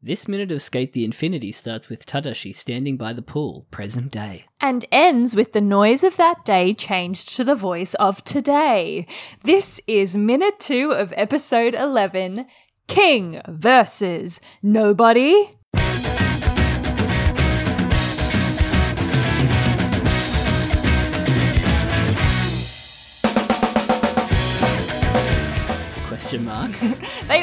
This minute of Skate the Infinity starts with Tadashi standing by the pool, present day. and ends with the noise of that day changed to the voice of today. This is minute two of episode 11 King versus Nobody. Question mark. They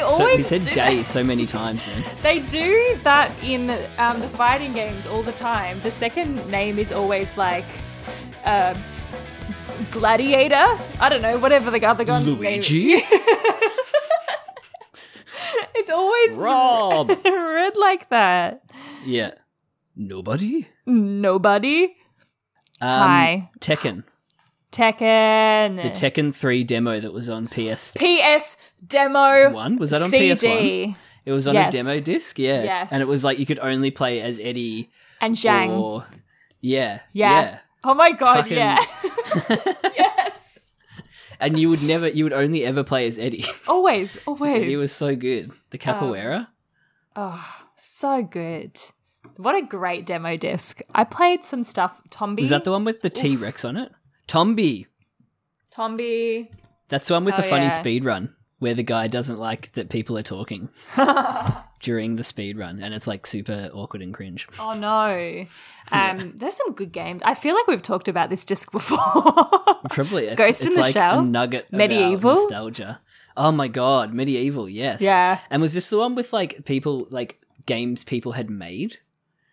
So, we always said do day so many times then. They do that in um, the fighting games all the time. The second name is always like uh, Gladiator. I don't know, whatever the other gun's name. Luigi? It's always Rob! read like that. yeah. Nobody? Nobody. Um, Hi. Tekken. Tekken. The Tekken 3 demo that was on PS1. PS demo. Was that on CD. PS1? It was on Yes. a demo disc, yeah. Yes. And it was like you could only play as Eddie And Zhang. or. Yeah. yeah. Oh my god, Fucking- yeah. yes. And you would never, you would only ever play as Eddie. Always, always. Eddie was so good. The capoeira. so good. What a great demo disc. I played some stuff. Tombi. was that the one with the T Rex on it? Tombi. Tombi. That's the one with the Oh, funny yeah. speed run where the guy doesn't like that people are talking during the speed run, and it's like super awkward and cringe. Oh no. Um, there's some good games. I feel like we've talked about this disc before. Probably I- Ghost in it's the like Shell? a nugget about Medieval? nostalgia. Oh my god, medieval. Yes. Yeah. And was this the one with like people like games people had made?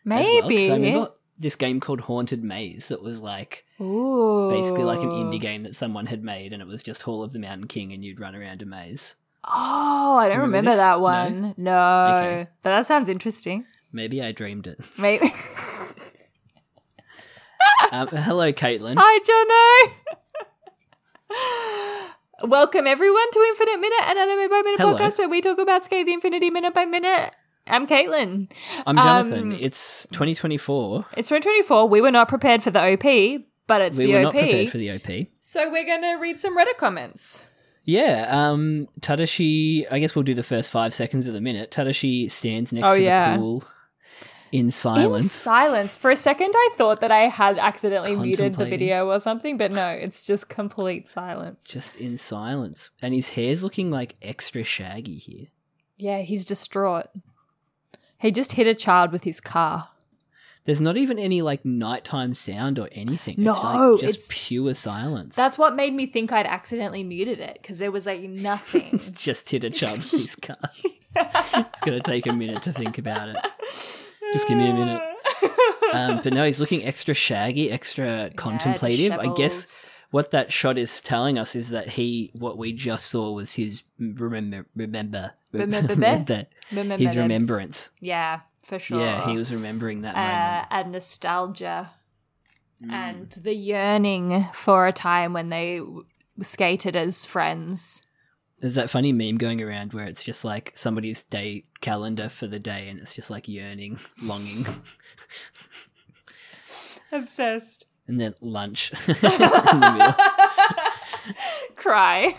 as well? 'Cause Maybe. I remember this game called Haunted Maze that was like Ooh. basically like an indie game that someone had made, and it was just Hall of the Mountain King, and you'd run around a maze. Oh, I don't you remember remember, this? that No? one. No. Okay. But that sounds interesting. Maybe I dreamed it. Maybe. Um, hello, Caitlin. Hi, Jono. Welcome everyone to Infinite Minute, an anime by minute Hello. podcast where we talk about Skate the Infinity minute by minute. I'm Caitlin. I'm Jonathan. Um, it's 2024. It's 2024. We were not prepared for the OP, but it's We the were OP. not prepared for the OP. so we're gonna read some Reddit comments. Yeah, um, Tadashi. I guess we'll do the first five seconds of the minute. Tadashi stands next Oh, to yeah. the pool in In silence. silence. For a second, I thought that I had accidentally muted the Contemplating. video or something, but no, it's just complete silence. just in silence, and his hair's looking like extra shaggy here. Yeah, he's distraught. He just hit a child with his car. There's not even any like nighttime sound or anything. it's No, like just it's- pure silence. That's what made me think I'd accidentally muted it because there was like nothing. just hit a chub with his car. it's gonna take a minute to think about it. Just give me a minute. Um, but no, he's looking extra shaggy, extra contemplative. I guess what that shot is telling us is that he, what we just saw was his remember, remember, Remember that his Remembrance. remembrance. Yeah, for sure. Yeah, he was remembering that Uh, and nostalgia and the yearning for a time when they w- skated as friends. moment. There's that funny meme going around where it's just like somebody's day calendar for the day, and it's just like yearning, longing, Obsessed. and then lunch in the middle. Cry.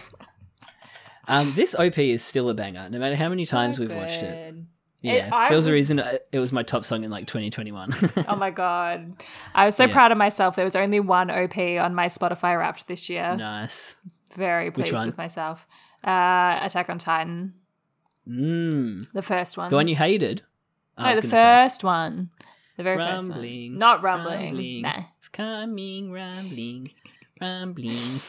Um, this OP is still a banger, no matter how many times we've watched it. Yeah, I there was, a was- reason I- it was my top song in like 2021. Oh my god. I was so Yeah. proud of myself. There was only one OP on my Spotify wrapped this year. nice. Very pleased one? with myself. Uh Attack on Titan. Mm. The first one. The one you hated? I Um, No, was the gonna say. first one. The very first Rumbling, one. Not rumbling. rumbling. Nah. It's coming, rambling, rambling.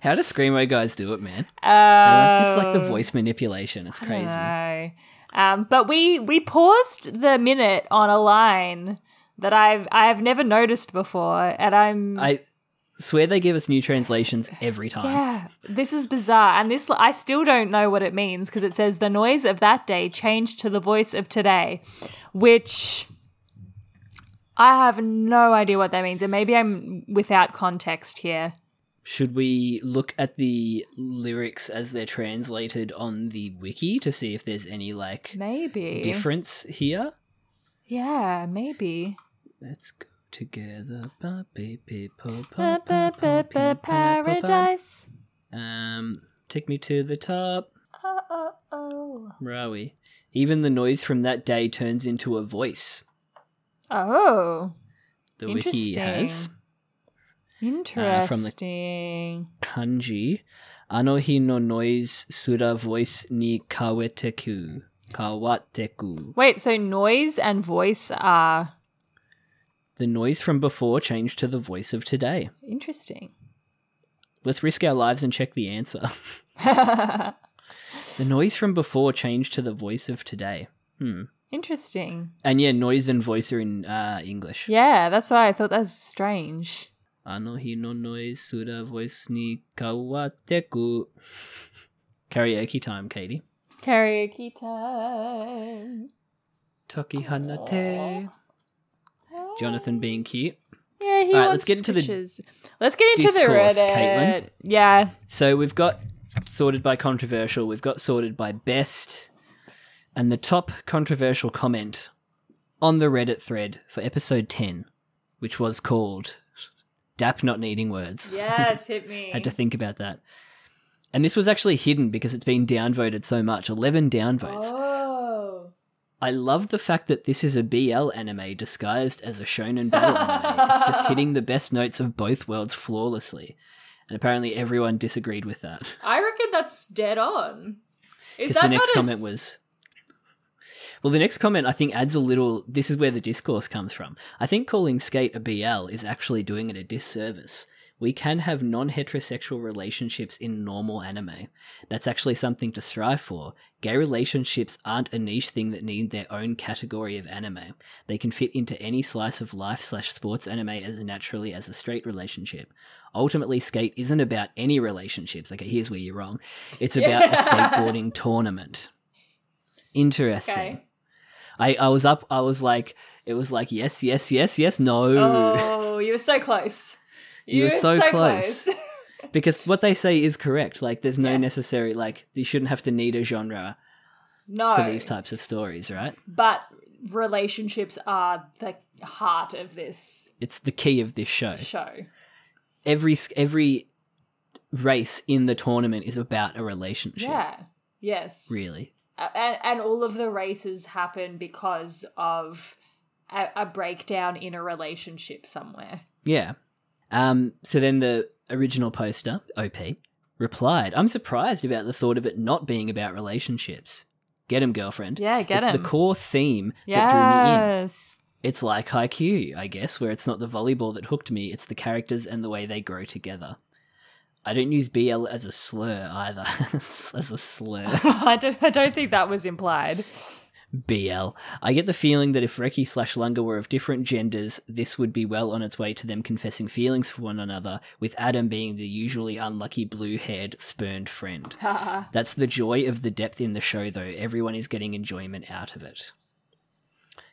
How do Screamo guys do it, man? Like, that's just like the Oh. voice manipulation. It's crazy. I know. Um, but we we paused the minute on a line that I've I've never noticed before, and I'm I swear they give us new translations every time. yeah, this is bizarre, and this I still don't know what it means because it says the noise of that day changed to the voice of today, which I have no idea what that means, and maybe I'm without context here. Should we look at the lyrics as they're translated on the wiki to see if there's any like Maybe difference here? Yeah, maybe. Let's go together. Ba, ba, ba, ba, ba, ba, ba, ba, ba, ba. Paradise. Um, take me to the top. Uh, Where are we? Even the noise from that day turns into a voice. Oh, The wiki has Uh, interesting. kanji. Anohi no noise sura voice ni kaweteku. Kawateku. Wait, so noise and voice are The noise from before changed to the voice of today. interesting. Let's risk our lives and check the answer. the noise from before changed to the voice of today. Hmm. interesting. And yeah, noise and voice are in uh, English. Yeah, that's why I thought that was strange. Anohi no noise sura voice ni kawateku. Karaoke time, Katie. Karaoke time. Toki hanate. Jonathan being cute. Yeah, he All right, let's wants get into the stitches. Let's get into the discourse, Reddit. Caitlin. Yeah. So we've got sorted by controversial, we've got sorted by best, and the top controversial comment on the Reddit thread for episode 10, which was called Dap Not Needing Words. Yes, hit me. Had to think about that. And this was actually hidden because it's been downvoted so much 11 downvotes. oh. I love the fact that this is a BL anime disguised as a shonen battle anime. It's just hitting the best notes of both worlds flawlessly. And apparently everyone disagreed with that. I reckon that's dead on. Is Because the that next not a comment s- was. Well, the next comment I think adds a little. This is where the discourse comes from. I think calling skate a BL is actually doing it a disservice. We can have non heterosexual relationships in normal anime. That's actually something to strive for. Gay relationships aren't a niche thing that need their own category of anime. They can fit into any slice of life slash sports anime as naturally as a straight relationship. Ultimately, skate isn't about any relationships. Okay, here's where you're wrong. It's about a Yeah. skateboarding tournament. Interesting. Okay. I, I was up. I was like, it was like yes, yes, yes, yes, no. Oh, you were so close. You were were so close. because what they say is correct. Like, there's no Yes. necessary like you shouldn't have to need a genre no. for these types of stories, right? But relationships are the heart of this It's the key of this show. show. Every s- every race in the tournament is about a relationship. Yeah. Yes. Really. A- And, and all of the races happen because of a, a breakdown in a relationship somewhere. Yeah. Um, so then the original poster, OP, replied, I'm surprised about the thought of it not being about relationships. Get him, girlfriend. Yeah, get it's him. the core theme that drew me in. yes. It's like Haikyuu, I guess, where it's not the volleyball that hooked me, it's the characters and the way they grow together. I don't use BL as a slur either. as a slur. I, don't, I don't think that was implied. BL. I get the feeling that if Reki slash Lunga were of different genders, this would be well on its way to them confessing feelings for one another, with Adam being the usually unlucky blue haired, spurned friend. That's the joy of the depth in the show, though. Everyone is getting enjoyment out of it.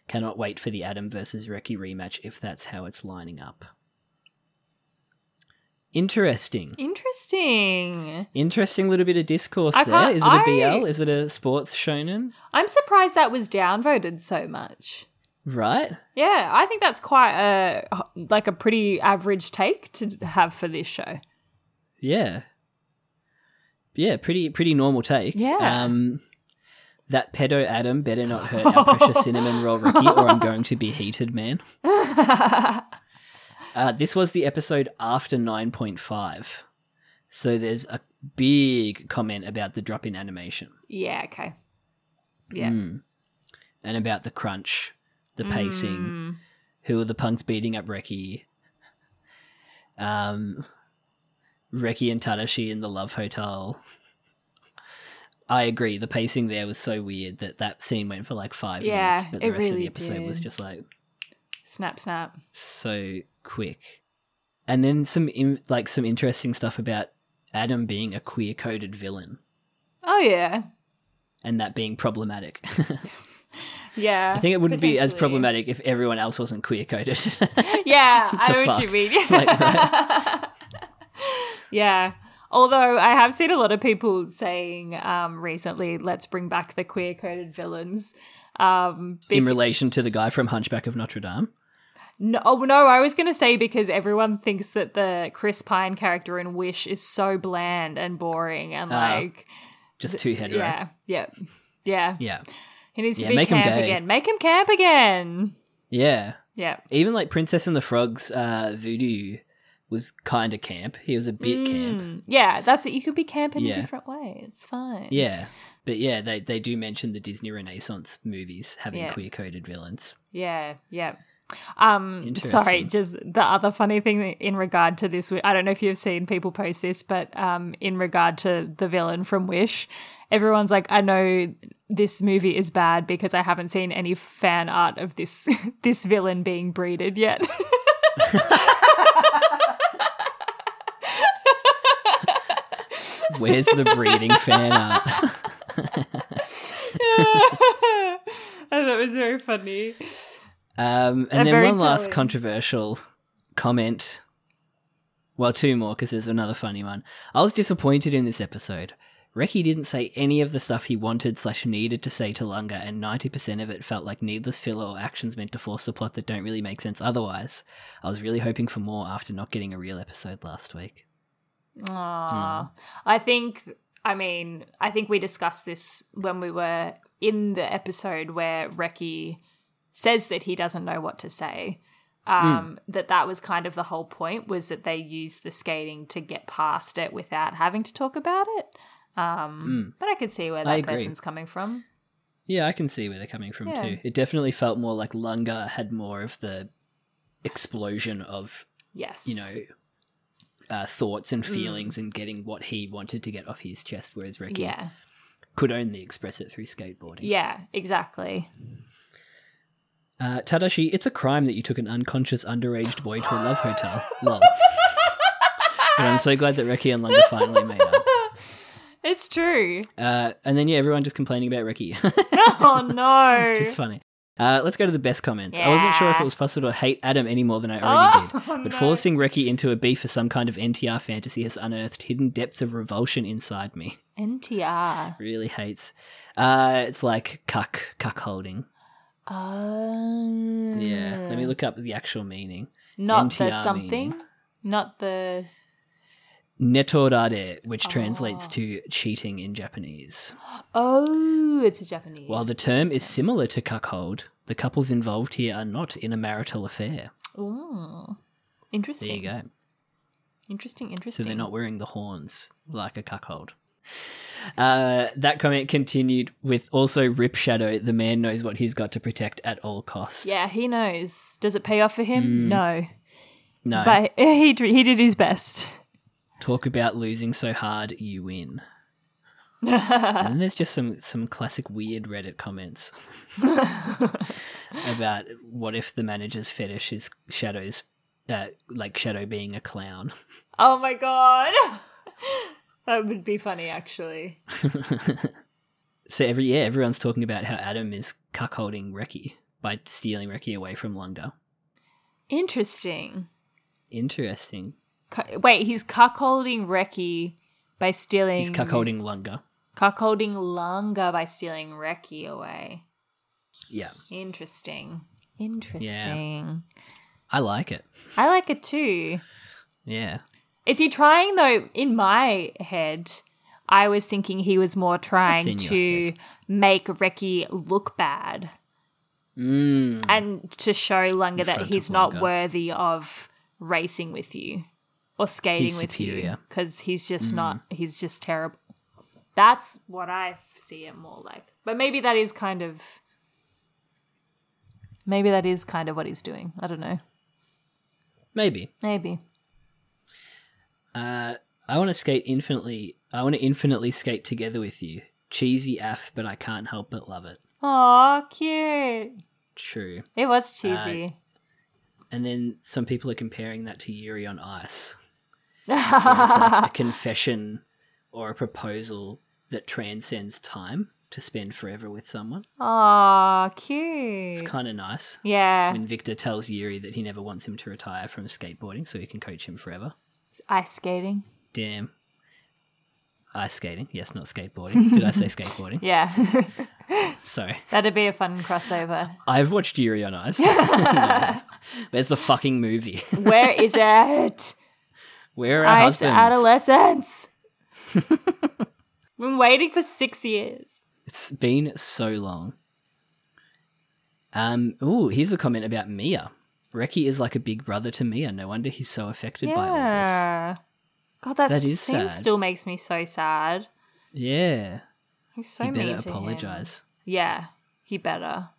Cannot wait for the Adam versus Reki rematch if that's how it's lining up. Interesting. Interesting. Interesting little bit of discourse I there. can't- Is it I- a BL? Is it a sports shonen? I'm surprised that was downvoted so much. Right? Yeah, I think that's quite a like a pretty average take to have for this show. Yeah. Yeah, pretty pretty normal take. Yeah. Um that pedo Adam better not hurt our precious cinnamon roll Ricky or I'm going to be heated, man. Uh, this was the episode after 9.5. So there's a big comment about the drop in animation yeah, okay. Yeah. Mm. and about the crunch, the pacing, Hmm. mm. who are the punks beating up Reki, um, Reki and Tadashi in the Love Hotel. I agree. The pacing there was so weird that that scene went for like five Yeah, minutes, but the it rest of the really episode was did. just like Snap, snap. so quick. And then some in, like some interesting stuff about Adam being a queer coded villain Oh yeah, and that being problematic. yeah. I think it wouldn't be as potentially. problematic if everyone else wasn't queer coded. Yeah, I to know what you fuck. mean. Like, right? yeah. Although I have seen a lot of people saying um, recently, let's bring back the queer coded villains. Um, be- in relation to the guy from Hunchback of Notre Dame. no, oh, no, I was going to say because everyone thinks that the Chris Pine character in Wish is so bland and boring and Ah, like, Just too hetero. yeah, yeah. Yeah. Yeah. He needs Yeah, to be make him camp gay. again. Make him camp again. Yeah. Yeah. Even like Princess and the Frog's uh, voodoo was kind of camp. He was a bit camp. Mm. Yeah, that's it. You could be camp in Yeah. a different way. It's fine. Yeah. But yeah, they, they do mention the Disney Renaissance movies having Yeah. queer coded villains. Yeah, yeah. Um, sorry, Interesting. just the other funny thing in regard to this, I don't know if you've seen people post this, but um, in regard to the villain from Wish, everyone's like, I know this movie is bad because I haven't seen any fan art of this this villain being breeded yet. Where's the breeding fan art? I thought it was very funny. Um, and And then very one last telling. controversial comment. Well, two more because there's another funny one. I was disappointed in this episode. Reki didn't say any of the stuff he wanted slash needed to say to Lunga, and 90% of it felt like needless filler or actions meant to force the plot that don't really make sense otherwise. I was really hoping for more after not getting a real episode last week. Mm. Aww. I think, I mean, I think we discussed this when we were in the episode where Reki says that he doesn't know what to say. Mm. Um, That that was kind of the whole point was that they used the skating to get past it without having to talk about it. Um, But I could see where Mm. I that agree. person's coming from. Yeah, I can see where they're coming from Yeah. too. It definitely felt more like Lunga had more of the explosion of Yes. you know uh, thoughts and Mm. feelings and getting what he wanted to get off his chest, whereas Ricky Yeah. could only express it through skateboarding. Yeah. Exactly. Uh, Tadashi, it's a crime that you took an unconscious underage boy to a love hotel. Lol. But I'm so glad that Ricky and Lunga finally made up. It's true. Uh, and then yeah, everyone just complaining about Ricky. Oh no. It's funny. Uh, let's go to the best comments. I wasn't sure if it Yeah. was possible to hate Adam any more than I already Oh, did, but no. forcing Reki into a beef for some kind of NTR fantasy has unearthed hidden depths of revulsion inside me. NTR. Really hates. Uh, it's like cuck, cuck holding. Oh. Yeah. Let me look up the actual meaning. Not the NTR something. meaning. Not Not the. Netorare, which translates Oh. to cheating in Japanese. Oh, it's a Japanese. While the term is similar to cuckold, the couples involved here are not in a marital affair. Ooh. There Interesting. you go. Interesting, So interesting. they're not wearing the horns like a cuckold. Uh, that comment continued with also Rip Shadow, the man knows what he's got to protect at all costs. Yeah, he knows. Does it pay off for him? No. Mm. No. But he, dr- he did his best. Talk about losing so hard, you win. and Oh then there's just some, some classic weird Reddit comments about what if the manager's fetish is Shadow's, uh, like Shadow being a clown. Oh my god. that would be funny, actually. So every yeah, everyone's talking about how Adam is cuckolding Reki by stealing Reki away from Lunga. Interesting. Interesting. Cu- Wait, he's cuckolding Reki by stealing. He's cuckolding Lunga. Cuckolding Lunga by stealing Reki away. Yeah, Interesting. Interesting. I like it. I like it too. Yeah, Is he trying though? In my head, I was thinking he was more trying in your to make Reki look bad mm, and to show Lunga In that front he's of not Lunga. worthy of racing with you or skating He's with you superior. Mm. because he's just not. He's just terrible. That's what I see it more like. But maybe that is kind of. Maybe that is kind of what he's doing. I don't know. maybe. Maybe. Uh, I want to skate infinitely. I want to infinitely skate together with you. Cheesy af, but I can't help but love it. Aw, cute. True. It was cheesy. And then some people are comparing that to Yuri on Ice. where it's like a confession or a proposal that transcends time to spend forever with someone. Aw, cute. It's kind of nice. yeah, When Victor tells Yuri that he never wants him to retire from skateboarding so he can coach him forever. ice skating. Damn. Ice skating. Yes, not skateboarding. Did I say skateboarding? Yeah, Sorry. that'd be a fun crossover. I've watched Yuri on Ice. No. Where's the fucking movie? Where is it? Where are our Ice husbands? adolescence. Been waiting for six years. It's been so long. Um, ooh, here's a comment about Mia. Reki is like a big brother to Mia. No wonder he's so affected by all Yeah. God, that, That is scene sad. still makes me so sad. this. Yeah. He's so you mean better to him. apologize. Yeah, he better.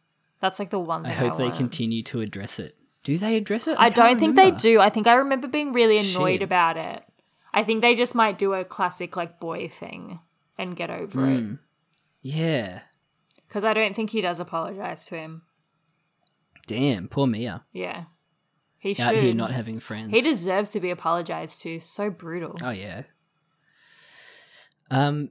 That's like the one I thing I, hope they want. continue to address it. Do they address it? I don't can't think remember. they do. I think I remember being really annoyed Shit. about it. I think they just might do a classic like boy thing and get over it Mm. Yeah. because I don't think he does apologize to him. Damn, poor Mia. Yeah, he Out here should. not having friends. he deserves to be apologized to. So brutal. Oh yeah. Um,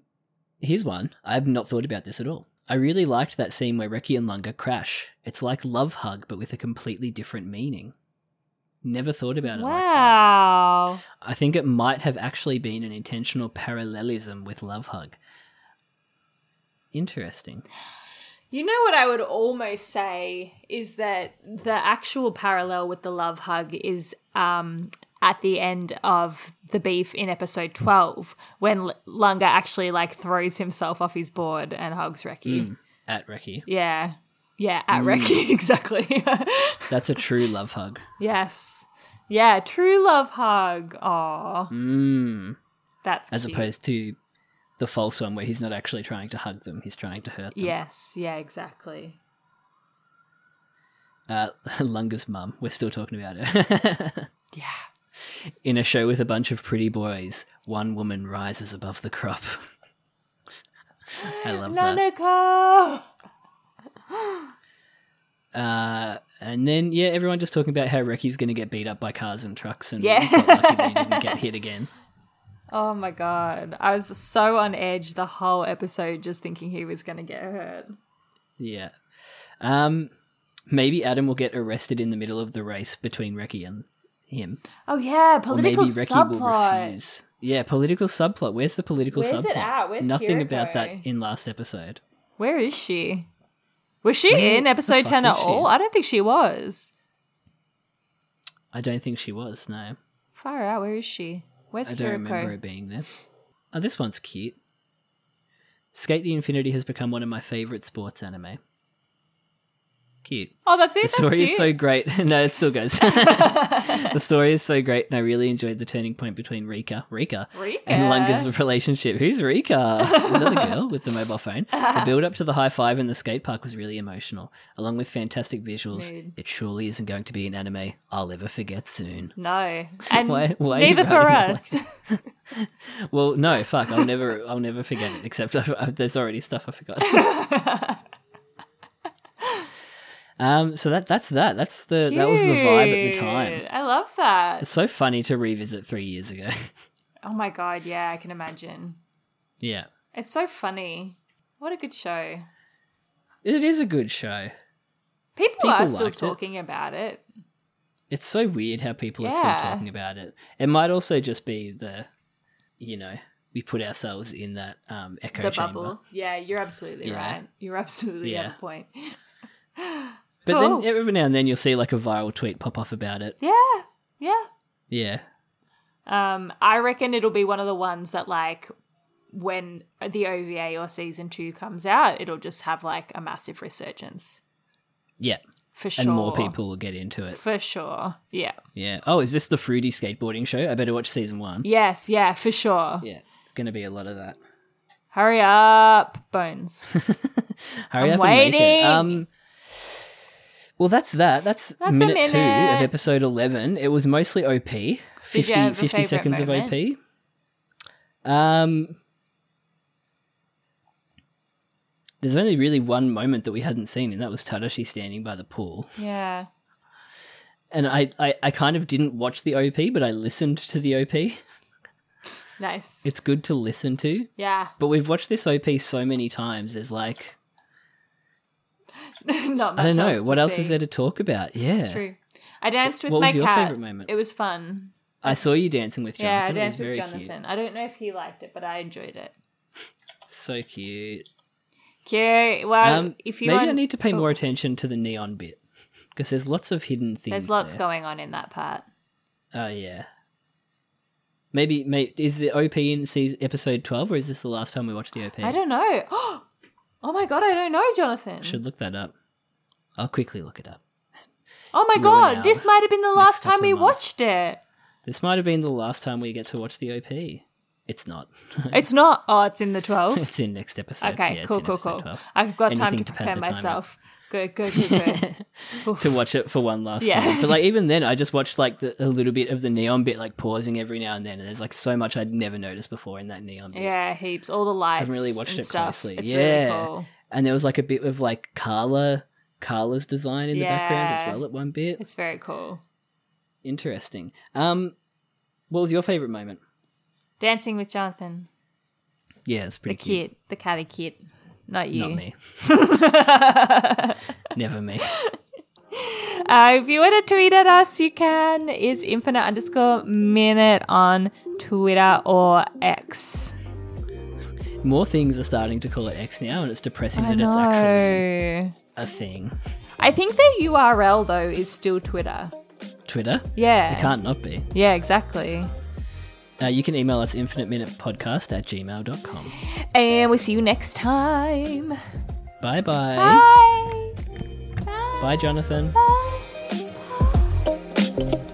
here's one. I've not thought about this at all. I really liked that scene where Reki and Lunga crash. It's like love hug, but with a completely different meaning. Never thought about it. like that. wow. I think it might have actually been an intentional parallelism with love hug. Interesting. You know what I would almost say is that the actual parallel with the love hug is um, at the end of the beef in episode 12 when L- Lunga actually like throws himself off his board and hugs Reki. Mm. At Reki, Yeah. Yeah, at Reki, exactly. that's a true love hug. yes. Yeah, true love hug. Aw, Mm. that's As cute. opposed to the false one where he's not actually trying to hug them; he's trying to hurt them. Yes, yeah, exactly. Uh, Lunga's mum. We're still talking about her. Yeah. In a show with a bunch of pretty boys, one woman rises above the crop. Eh, I love that. Nanako! Uh, and then, yeah, everyone just talking about how Reki's going to get beat up by cars and trucks and Yeah. got lucky they didn't get hit again. Oh my god. I was so on edge the whole episode just thinking he was going to get hurt. Yeah. Um, maybe Adam will get arrested in the middle of the race between Reki and him. Oh yeah, Or maybe political Reki will subplot. refuse. Yeah, political subplot. Where's the political Where's subplot? it at? Where's Nothing about Kiriko? that in last episode. Where is she? Was she Where in the episode fuck 10 at is she? all? I don't think she was. I don't think she was, no. Far out, where is she? Where's I don't remember Kiriko? it being there. Oh, this one's cute. Skate the Infinity has become one of my favorite sports anime. Cute. Oh, that's it. The That's story cute. is so great. no, it still goes. the story is so great, and I really enjoyed the turning point between Rika, Rika, Rika. and Lunga's relationship. Who's Rika? Is that the girl with the mobile phone? The build up to the high five in the skate park was really emotional, along with fantastic visuals. Mood. It surely isn't going to be an anime I'll ever forget soon. No. And Why- why are you neither for writing it us. Well, no, fuck. I'll never, I'll never forget it. Except I've, I've, there's already stuff I forgot. um, so that that's that. That's the that was the vibe at the time. Cute. I love that. It's so funny to revisit three years ago. Oh my god, yeah, I can imagine. yeah, It's so funny. What a good show. it is a good show. People, People are still liked it. talking about it. It's so weird how people are Yeah. still talking about it. It might also just be the, you know, we put ourselves in that um, echo the chamber. bubble. Yeah, you're absolutely Yeah. right. You're absolutely on Yeah. point. But Cool. then every now and then you'll see like a viral tweet pop off about it. Yeah, yeah. Yeah, Um, I reckon it'll be one of the ones that like when the OVA or season two comes out, it'll just have like a massive resurgence yeah, for sure. and more people will get into it. for sure. Yeah. Yeah. Oh, is this the fruity skateboarding show? I better watch season one. Yes. Yeah. For sure. Yeah. Gonna be a lot of that. Hurry up, Bones. Hurry up and make it. I'm waiting. Um, well, that's that. That's, That's a minute, two minute. of episode 11. It was mostly OP. 50, have a 50 favourite seconds moment? of OP. Um, there's only really one moment that we hadn't seen, and that was Tadashi standing by the pool. yeah. And I, I, I kind of didn't watch the OP, but I listened to the OP. Nice. It's good to listen to. Yeah. But we've watched this OP so many times. There's like Not much. I don't know else to what else see. is there to talk about. Yeah, It's true. I danced with What my was your cat. favorite moment? It was fun. I saw you dancing with Yeah, I Jonathan. it was danced very with cute. Jonathan. I don't know if he liked it, but I enjoyed it. So cute. Cute. Well, um, if you maybe want, I need to pay oh. more attention to the neon bit because there's lots of hidden things. there's lots there. going on in that part. Oh yeah. Maybe, may, is the OP in season, episode twelve, or is this the last time we watch the OP? I don't know. Oh my god, I don't know, Jonathan. Should look that up. I'll quickly look it up. oh my ruin god, our this might have been the last time couple we of months. watched it. This might have been the last time we get to watch the OP. It's not. It's not. Oh, it's in the 12. it's in next episode. Okay, Yeah, it's cool, in cool, episode cool. 12. I've got time to Anything to pad prepare the time out. myself. Good, good, good, good. Oof. to watch it for one last Yeah. time. But like even then, I just watched like the, a little bit of the neon bit, like pausing every now and then. And there's like so much I'd never noticed before in that neon bit. yeah, heaps. All the lights. really watched and it stuff. closely. It's Yeah. really cool. And there was like a bit of like Carla, Carla's design in the background as Yeah. well at one bit. It's very cool. Interesting. Um, what was your favorite moment? Dancing with Jonathan, Yeah, it's the pretty cute. kid, the catty kid. Not you. Not me. Never me. Uh, if you want to tweet at us, you can. It's infinite underscore minute on Twitter or X. More things are starting to call it X now, and it's depressing I that it's actually know. a thing. I think the URL though is still Twitter. Twitter? Yeah. It can't not be. Yeah, exactly. Uh, you can email us infiniteminutepodcast at gmail.com. And we'll see you next time. Bye bye. Bye. Bye, Jonathan. Bye. Bye.